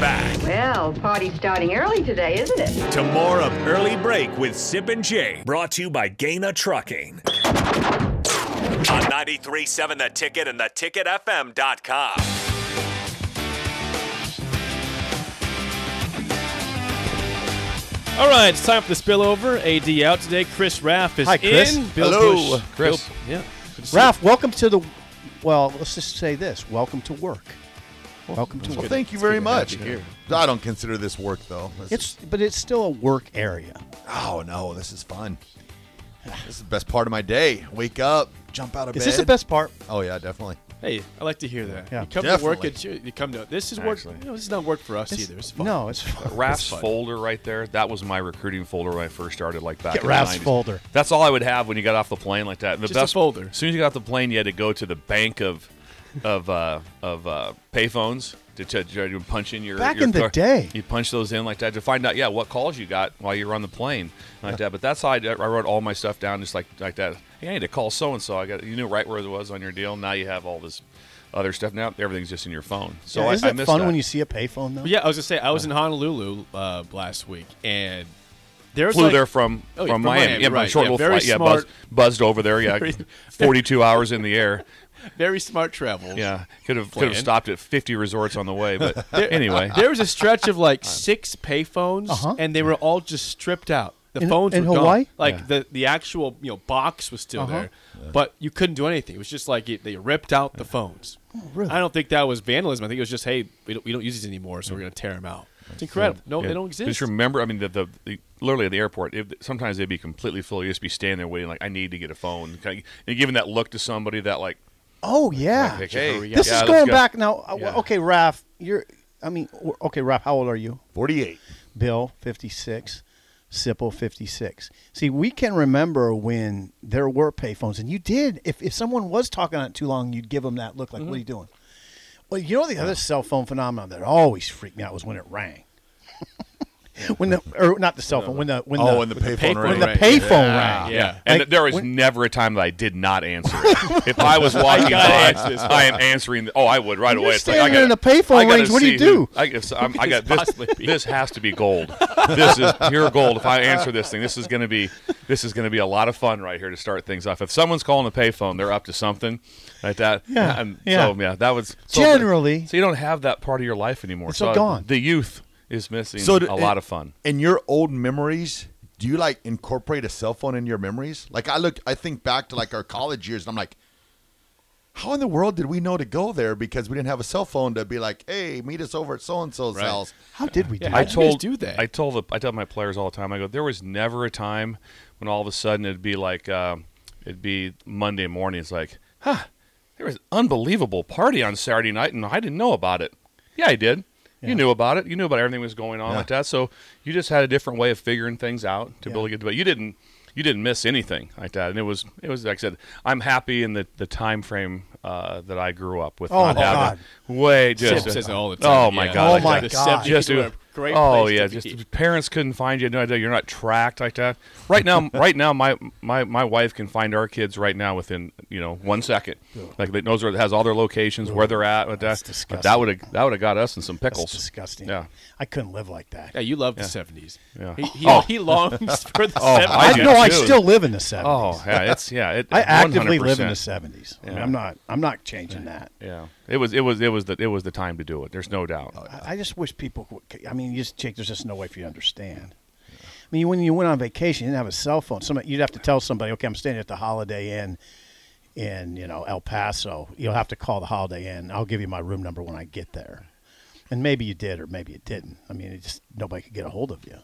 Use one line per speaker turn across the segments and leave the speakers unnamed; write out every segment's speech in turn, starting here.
Back
Well, party's starting early today, isn't it?
to more of Early Break with Sip and Jay, brought to you by Gaina Trucking. On 93.7 The Ticket and theticketfm.com.
All right, it's time for the spillover. AD out today. Chris Raff is
Hi, Chris.
in. Bill
Hello,
Bush-
Chris.
Bill- yeah. Good to see
Ralph, welcome to the. Well, let's just say this: welcome to work. welcome to
Well,
work.
thank you very much. I don't consider this work though. This
It's but it's still a work area.
oh no, this is fun. This is the best part of my day. Wake up, jump out of
Is
bed.
this the best part?
Oh yeah, definitely.
you. Hey, I like to hear that.
Yeah.
you come to work
Definitely.
at you, you come to this is work. You know, this is not work for us
This-
either. It's fun.
no, it's fun.
Raph's
fun.
folder right there. That was my recruiting folder when I first started, like back
Get
in
Raph's
the 90s.
folder.
That's all I would have when you got off the plane like that. The
Just a folder.
As soon as you got off the plane, you had to go to the bank of of uh, of uh, payphones to, to, to punch in your
Back
your
in the
car-
day.
You punch those in like that to find out, yeah, what calls you got while you were on the plane like that. But that's how I, did- I wrote all my stuff down, just like like that. Hey, I need to call so and so. I got you knew right where it was on your deal. Now you have all this other stuff. Now everything's just in your phone. So
Yeah,
I,
isn't
I
it
miss
fun
that.
when you see a payphone though?
But yeah, I was gonna say I was in Honolulu uh, last week and there was
flew
like,
there from,
Oh, yeah,
from, Miami. Yeah,
right.
short
Yeah,
little
very
flight. Yeah,
smart,
buzzed, buzzed over there. Yeah,
Very-
42 hours in the air.
very smart travel.
Yeah, could have could have
Planned.
stopped at 50 resorts on the way. But anyway,
there was a stretch of like six payphones,
Uh-huh.
and they were all just stripped out. The
In-
phones
in
were gone.
Hawaii?
Like the the actual you know box was still
Uh-huh.
there, but you couldn't do anything. It was just like it, they ripped out the phones.
really?
I don't think that was vandalism. I think it was just hey, we don't, we don't use these anymore, so we're gonna tear them out. It's incredible. No,
Yeah.
they don't exist.
Just remember, I mean, the, the, the literally at the airport, if, sometimes they'd be completely full. You'd just be standing there waiting, like, I need to get a phone, kind of, and giving that look to somebody that like,
Oh yeah.
like hey,
hurry up.
this
yeah,
is
let's
going
go.
back now. uh,
Yeah.
Okay, Ralph, you're. I mean, w- okay, Ralph, how old are you?
Forty-eight.
Bill, 56, Sipple, 56. See, we can remember when there were payphones, and you did. If, if someone was talking on it too long, you'd give them that look like, what are you doing? Well, you know, the other cell phone phenomenon that always freaked me out was when it rang. when the, or not the cell phone, when the, when
Oh,
the,
and the
payphone
payphone
when
rang.
the
Right.
payphone rang.
yeah.
And
Like,
there is
when-
never a time that I did not answer. it. if I was walking
gotta
by,
answer this.
I am answering. The, oh, I would right
You're
away. It's like,
standing
I
in
gotta-
the payphone
I gotta
range. What do you
see
do?
who- I, if so- I'm, I got
could
this.
possibly be?
This has to be gold. this is pure gold. If I answer this thing, this is going to be this is going to be a lot of fun right here to start things off. If someone's calling a payphone, they're up to something like that.
Yeah,
And
yeah.
So yeah, that was so-
Generally-
So you don't have that part of your life anymore.
It's
so
all gone.
The youth is missing.
So
a
do-
lot of fun.
In your old memories, do you like incorporate a cell phone in your memories? Like I look, I think back to like our college years, and I'm like, how in the world did we know to go there because we didn't have a cell phone to be like, hey, meet us over at so and so's house.
How did we do
I
that?
How'd you guys do that?
I told the I tell my players all the time. I go, there was never a time when all of a sudden it'd be like uh, it'd be Monday morning. It's like, huh, there was an unbelievable party on Saturday night, and I didn't know about it. Yeah, I did. You knew about it. You knew about everything that was going on like that. So you just had a different way of figuring things out to be able to get. But you didn't. You didn't miss anything like that, and it was it was like I said. I'm happy in the the time frame uh, that I grew up with.
Oh,
not
my
having way just
Sip says it all the
Oh
time,
my
yeah.
god!
Oh
like
my
that.
God.
The 70s
Just
were
do
a great
Oh
place
yeah,
to
just
be.
parents couldn't find you. No, idea. you're not tracked like that. Right now, right now, my, my my wife can find our kids right now within you know one second. Like that knows where has all their locations, where they're at. With that,
disgusting.
that would have that would have got us in some
That's
pickles.
disgusting.
Yeah.
I couldn't live like that.
yeah, you love the seventies.
Yeah.
He, he,
Oh.
he longs for the
Oh,
seventies.
I
do
know I
too.
still live in the 70s.
Oh yeah, it's yeah. It,
I actively live in
100%.
the 70s. I am not I'm not changing that.
Yeah, it was it was it was the it was the time to do it. There's no doubt.
I I just wish people. Would, I mean, you just Jake, there's just no way for you to understand. I mean, when you went on vacation, you didn't have a cell phone. Somebody, you'd have to tell somebody, okay, I'm staying at the Holiday Inn in you know El Paso. You'll have to call the Holiday Inn. I'll give you my room number when I get there. And maybe you did, or maybe you didn't. I mean, it just nobody could get a hold of you.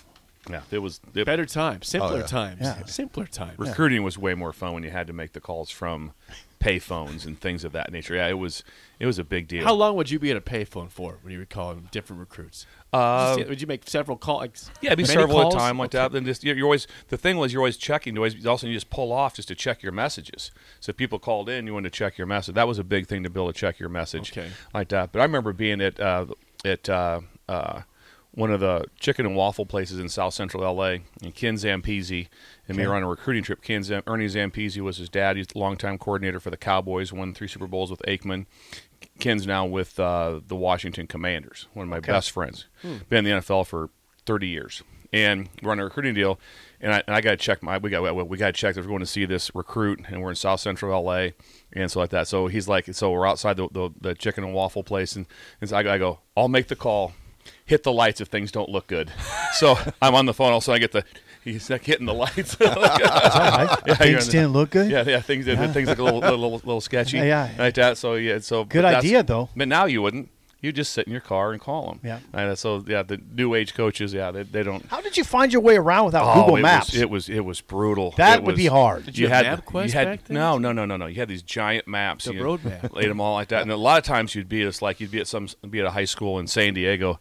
Yeah, it was it,
Better times, simpler
yeah.
times,
Yeah.
simpler times.
recruiting was way more fun when you had to make the calls from pay phones and things of that nature. Yeah, it was it was a big deal.
How long would you be at a payphone for when you were calling different recruits?
Uh,
would you make several calls? Like,
Yeah, it'd be
many
several
calls?
at a time like that. Then just you're, you're always the thing was you're always checking. You always you also you just pull off just to check your messages. So if people called in, you wanted to check your message. That was a big thing to be able to check your message
Okay.
like that. But I remember being at uh, at uh, uh, one of the chicken and waffle places in South Central LA, and Ken Zampezi and me were on a recruiting trip. Ken Zam- Ernie Zampezi was his dad. He's the longtime coordinator for the Cowboys. Won three Super Bowls with Aikman. Ken's now with uh, the Washington Commanders, one of my best friends. Been in the NFL for 30 years, and we're on a recruiting deal. And I, and I got to check my we got we, we got to check if we're going to see this recruit, and we're in South Central LA, and so like that. So he's like, so we're outside the, the, the chicken and waffle place, and, and so I, go- I go, I'll make the call, hit the lights if things don't look good. so I'm on the phone, also I get the he's like hitting the lights.
Right?
Yeah, you're
Things
in the-
didn't look good.
Yeah, yeah, things things look a little, little, little sketchy,
Yeah.
like that. So yeah, so but
Good
that's-
idea, though.
But now you wouldn't. You just sit in your car and call them.
Yeah.
And uh, so yeah, the new age coaches, yeah, they, they don't.
How did you find your way around without
Oh,
Google
it
Maps?
Was, it was it was brutal.
That
It
would
was-
be hard. Did
you have MapQuest
you had-
back then?
No, no, no, no, no. You had these giant maps.
The
you
road map.
Laid them all like that, and a lot of times you'd be just like you'd be at some be at a high school in San Diego,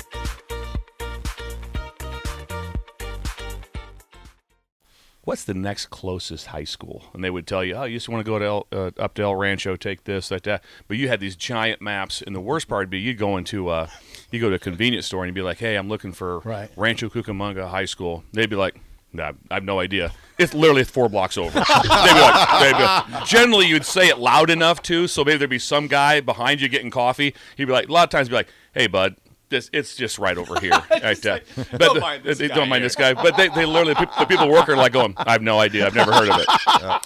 what's the next closest high school? And they would tell you, oh, you just want to go to El, uh, up to El Rancho, take this, like that. But you had these giant maps, and the worst part would be you'd go into uh, you go to a convenience store and you'd be like, hey, I'm looking for
Right.
Rancho Cucamonga High School. They'd be like. Nah, I have no idea. It's literally four blocks over. they'd be like, they'd be like- generally, you'd say it loud enough too, so maybe there'd be some guy behind you getting coffee. He'd be like, a lot of times, be like, "Hey, bud, this it's just right over here." Right, uh, but
"Don't
the-
mind this
they
guy
don't mind
here."
this guy. But they, they literally, the peop- the people working are like going, I have no idea. I've never heard of it.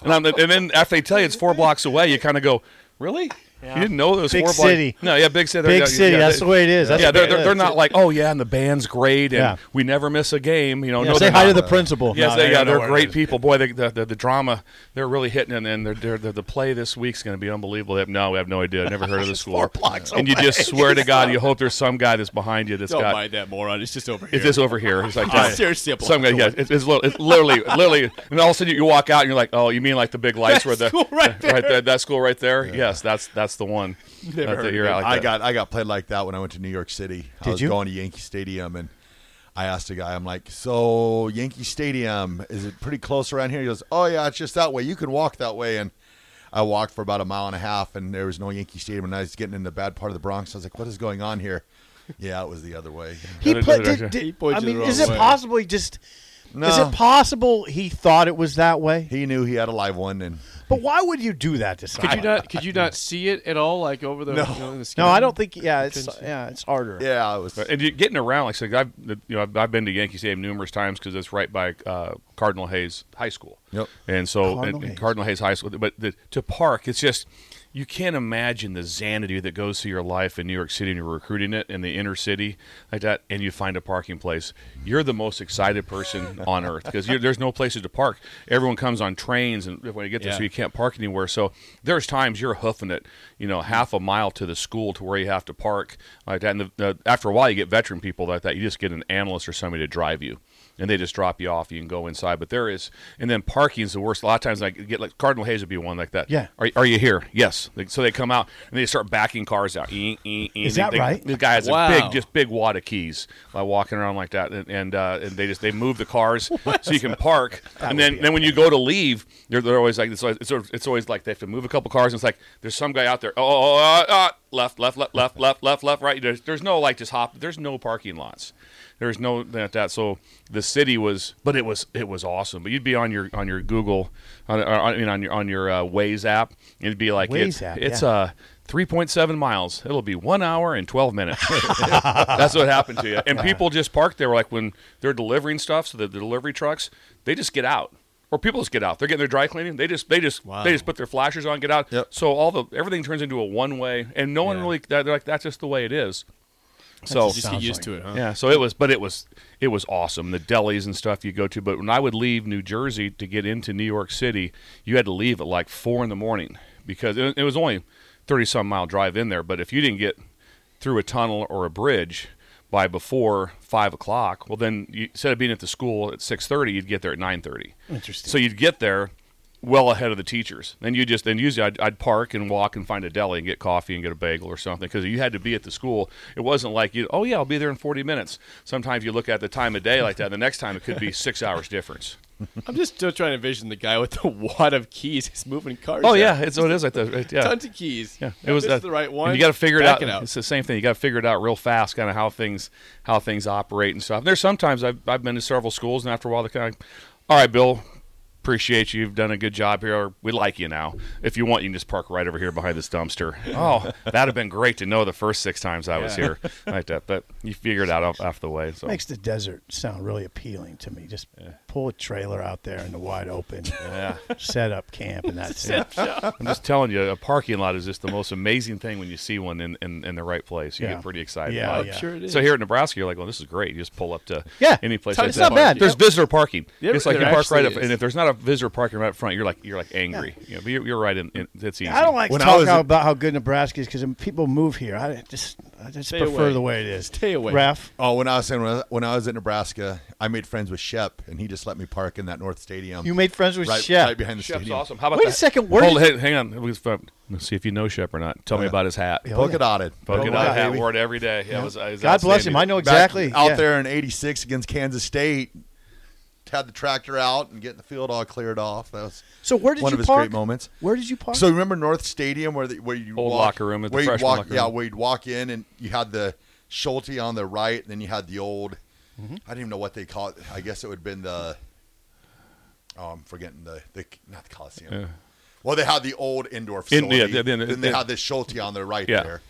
And, I'm, and then after they tell you it's four blocks away, you kind of go, really? You didn't know it was
Big
four
city.
blocks. No, yeah, big city.
Big
Yeah,
city,
yeah,
that's the way it is. That's
yeah,
the
they're,
way it
they're, they're
is.
not like, oh yeah, and the band's great, and
Yeah.
we never miss a game. You know,
Yeah,
no,
say
they're
hi
not.
to the principal.
Yes,
No,
they,
they
yeah,
don't know
they're
where it
great
is.
people. Boy, they, the, the the drama they're really hitting, and then they're, they're, they're, the play this week's going to be unbelievable. They have- No, we have no idea. Never heard of the school.
four blocks
and you just swear to God, you hope there's some guy that's behind you that's
Don't
got
mind that moron. It's just over here.
it's this over here. It's like
It's seriously a block
Some guy, yeah, it's, it's, li- it's literally, literally, and all of a sudden you walk out and you're like, oh, you mean like the big lights
That
where the
school right there.
that school right there? Yes, that's that's the one.
Never
That- that
heard of
you're
it.
out like
I
that.
got I got played like that when I went to New York City. I
Did
was
you?
going to Yankee Stadium and I asked a guy, I'm like, So Yankee Stadium, is it pretty close around here? He goes, Oh yeah, it's just that way. You can walk that way and I walked for about a mile and a half and there was no Yankee Stadium and I was getting in the bad part of the Bronx. I was like, What is going on here? Yeah, it was the other way.
He
Other
put.
direction.
Did, did-
He pointed
I mean,
the
is
wrong
it
way.
possible he just? Is
No.
it possible he thought it was that way?
He knew he had a live one and
But why would you do that to
Could
somebody?
you not? Could you not see it at all? Like over the
No.
you know, in the sky?
no, I don't think. Yeah, it's
Couldn't see.
yeah, it's harder.
yeah, it was
And you getting around, like so I've you know I've, I've been to Yankee Stadium numerous times because it's right by uh, Cardinal Hayes High School.
Yep.
And so and-
Cardinal
and
Hayes.
Cardinal Hayes High School, but the, to park, it's just you can't imagine the xanadu that goes through your life in New York City and you're recruiting it in the inner city like that, and you find a parking place. You're the most excited person on earth because there's no places to park. Everyone comes on trains, and when you get there, so
Yeah.
you can't park anywhere. So there's times you're hoofing it, you know, half a mile to the school to where you have to park like that. And the, the, after a while, you get veteran people like that. You just get an analyst or somebody to drive you. And they just drop you off. You can go inside, but there is, and then parking is the worst. A lot of times, I get like Cardinal Hayes would be one like that.
Yeah.
Are, are you here? Yes. Like, so they come out and they start backing cars out. Eh, eh, eh.
Is
They-
that
they-
right?
The guy has
Wow.
a big, just big wad of keys by walking around like that, and and, uh, and they just they move the cars so you can park. and then then when you go to leave, they're, they're always like it's always, it's, sort of- it's always like they have to move a couple cars. and It's like there's some guy out there. Oh, oh, oh, oh, left, left, left, left, left, left, left, right. There's there's no like just hop. There's no parking lots. There's no that, that. So the city was, but it was it was awesome. But you'd be on your on your Google, on, on I mean on your on your uh, Waze app. and It'd be like it's
Waze app,
it's
yeah.
uh 3.7 miles. It'll be one hour and 12 minutes. That's what happened to you. And people just park there like when they're delivering stuff. So the, the delivery trucks, they just get out. Or people just get out. They're getting their dry cleaning. They just they just they just put their flashers on, get out.
Yep.
So all the everything turns into a one way, and no one
Yeah.
really. They're like that's just the way it is. So
just get used to it, huh?
yeah, so it was, but it was it was awesome. The delis and stuff you go to, but when I would leave New Jersey to get into New York City, you had to leave at like four in the morning because it, it was only thirty some mile drive in there. But if you didn't get through a tunnel or a bridge by before five o'clock, well, then you, instead of being at the school at six thirty, you'd get there at nine thirty.
Interesting.
So you'd get there well ahead of the teachers. Then you just then usually I'd, I'd park and walk and find a deli and get coffee and get a bagel or something because you had to be at the school. It wasn't like you. Oh yeah, I'll be there in forty minutes. Sometimes you look at the time of day like that. and The next time it could be six hours difference.
I'm just still trying to envision the guy with the wad of keys. He's moving cars.
Oh
out.
yeah, it's what it is like that. right, Yeah.
tons of keys.
Yeah,
it was
uh,
the right
and
one.
You got to figure it
back
out. It's the same thing. You got to figure it out real fast, kind of how things how things operate and stuff. And there's sometimes I've I've been to several schools, and after a while they're kind of, all right, Bill, appreciate you. You've done a good job here. We like you now. If you want, you can just park right over here behind this dumpster. oh, that'd have been great to know the first six times I was here like that. But you figure it out off, off the way. So
Makes the desert sound really appealing to me. Just pull a trailer out there in the wide open, set up camp, and that's it.
I'm just telling you, a parking lot is just the most amazing thing when you see one in in, in the right place. You
Yeah.
get pretty excited.
Yeah,
about it.
I'm sure
it
So
is.
here in Nebraska, you're like, well, this is great. You just pull up to
Yeah.
any place.
It's
like
not
that.
bad.
There's
Yep.
visitor parking.
There-
it's like you
there
park right up,
actually
and
is.
if there's not a visitor parking right up front, you're like you're like angry. You know, but you're, you're right. In, in, it's easy.
I don't like
When
to
I
talk
was-
how- about how good Nebraska is because people move here. I just, I just
Stay
prefer
away.
the way it is.
Stay away.
Raf.
Oh, when I was in, when I- when I was in Nebraska, I made friends with Shep, and he just let me park in that North Stadium.
You made friends with
right,
Shep.
right behind the
Shep's
stadium.
awesome. How about
Wait a
that?
second, where
Hold,
did-
hey, hang on. Let me just- uh, Let's see if you know Shep or not. Tell me
yeah.
about his hat.
Yeah.
Polka dotted.
Polka
yeah,
dot hat
baby.
wore it every day. Yeah, it was, it was
God bless
outstanding.
him. I know
Back
exactly.
out
yeah.
there in '86 against Kansas State. Had the tractor out and getting the field all cleared off. That was
So where did
one
you
of his
park?
great moments.
Where did you park?
So you remember North Stadium where the, where you
Old
walk,
locker room at the
where you'd
freshman
walk,
locker
yeah
room.
where you'd walk in and you had the Schulte on the right and then you had the old
Mm-hmm.
I didn't even know what they call it I guess it would have been the oh I'm forgetting the the not the Coliseum well they had the old indoor
In-
facility
yeah, then-
then they
then-
had the Schulte on the right
Yeah.
there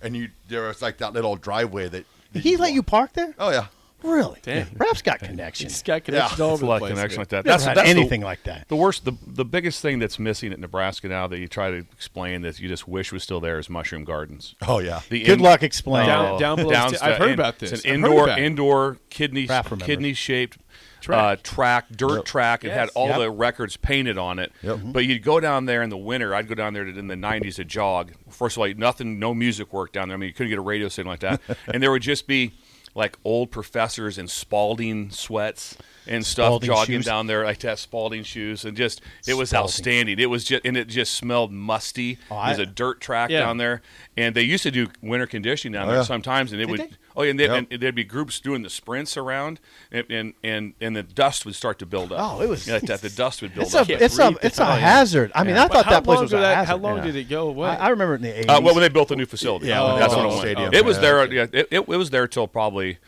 and you there was like that little driveway that, that
he
you'd
let
walk-
you park there?
oh yeah
Really?
Damn.
Raf's got connections.
He's got connections
Yeah.
all
It's
over
a lot
the place.
connection like
man.
that.
Never had
the-
anything like that.
The worst, the the biggest thing that's missing at Nebraska now that you try to explain that you just wish was still there is mushroom gardens.
oh yeah
The
Good
in-
luck explaining.
Down-
Oh,
below
down
sta- I've heard
in-
about this.
It's
I've
an
heard
indoor
about it.
indoor kidney
Raf remembers.
kidney shaped track.
Track.
Uh, track dirt track. It had
Yes.
all
Yep.
the records painted on it.
Yep.
But you'd go down there in the winter. I'd go down there to, in the '90s to jog. First of all, nothing, no music work down there. I mean, you couldn't get a radio signal like that. and there would just be like old professors in Spalding sweats and stuff
Spalding
jogging
shoes.
down there like that Spalding shoes and just it was
Spalding.
outstanding. It was just and it just smelled musty.
Oh,
it was
I-
a dirt track
Yeah.
down there, and they used to do winter conditioning down there
yeah.
sometimes, and it would.
they?
Oh, yeah, and, they,
Yeah.
and there'd be groups doing the sprints around, and and and, and the dust would start to build up.
Oh, it was-
Yeah, like that. The dust would build
It's
up.
a it's a
breathe to
it's a
tell you.
hazard. I mean, I
Yeah.
thought
But how
that place
long
was
did
a
that-
hazard.
how long
yeah.
did it go away?
I, I remember it in the eighties.
Uh, well, when they built the new facility,
Yeah, when
that's
they
what
built
it
the
was.
stadium.
It was
Yeah,
there.
okay.
Yeah, it, it, was there till probably.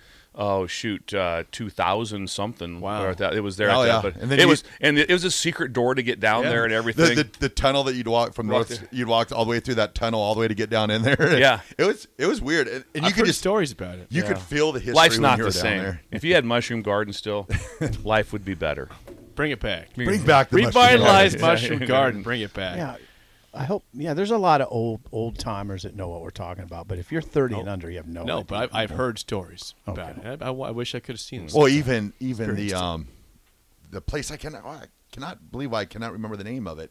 Oh shoot, uh, two thousand something.
Wow.
or that- it was there.
Oh,
at
yeah.
that, but
And then
it
you-
was, and it, it was a secret door to get down
Yeah.
there and everything.
the, the, the tunnel that you'd walk from
Walk
north,
through.
you'd walk all the way through that tunnel all the way to get down in there.
Yeah.
it was it was weird, and, and you
I've
could
heard
just
stories about it.
you could feel the history.
Life's
when
not
you
the
were down
same.
There.
If you had mushroom garden still, life would be better.
Bring it back.
Bring back the
Revitalize
mushroom garden.
Mushroom Garden. Bring it back.
yeah, I hope. Yeah, there's a lot of old old timers that know what we're talking about. But if you're thirty and under, you have
Oh,
no.
No,
idea.
but I, I've heard stories about
Okay.
it. I, I, I wish I could have seen it.
Well, even even the um, the place I cannot I cannot believe I cannot remember the name of it,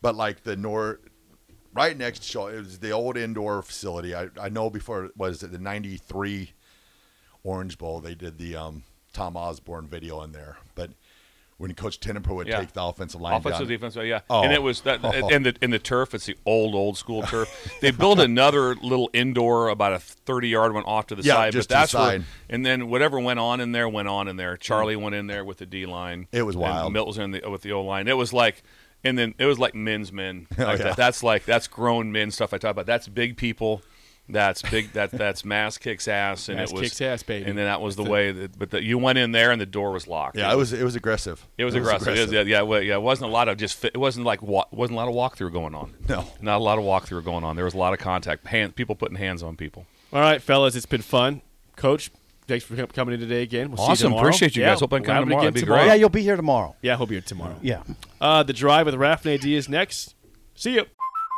but like the north, right next to Shaw, it was the old indoor facility. I I know before it was the '93 Orange Bowl they did the um Tom Osborne video in there, but. When Coach Tenenper would
Yeah.
take the offensive line
Offensive,
down,
defensive, yeah.
Oh.
And it was that, and the in the turf. It's the old, old school turf. They built another little indoor, about a thirty-yard one off to the
Yeah,
side.
just to
but
the
that's
side.
Where, and then whatever went on in there went on in there. Charlie went in there with the D line.
It was
And
wild.
Milt was in the, with the O line. It was like. And then it was like men's men. Like
Oh, yeah.
that. That's like that's grown men stuff I talk about. That's big people. That's big. That that's mass kicks ass. And
Mass
it was
kicks ass, baby.
And then that was the way that. But the, you went in there and the door was locked.
Yeah, it was it was aggressive.
It was aggressive. It was, yeah, yeah, well, yeah. It wasn't a lot of just. Fit, it wasn't like wa- wasn't a lot of walkthrough going on.
No.
not a lot of walkthrough going on. There was a lot of contact. Hand, people putting hands on people.
All right, fellas, it's been fun. Coach, Thanks for com- coming in today again. We'll see
Awesome.
you tomorrow.
Appreciate you guys. Hope I can
we'll
come
have it
tomorrow.
again
That'd be
tomorrow.
great.
Yeah, you'll be here tomorrow.
Yeah, he'll be here tomorrow.
Yeah.
Uh, the drive with Raf and AD is next. See you.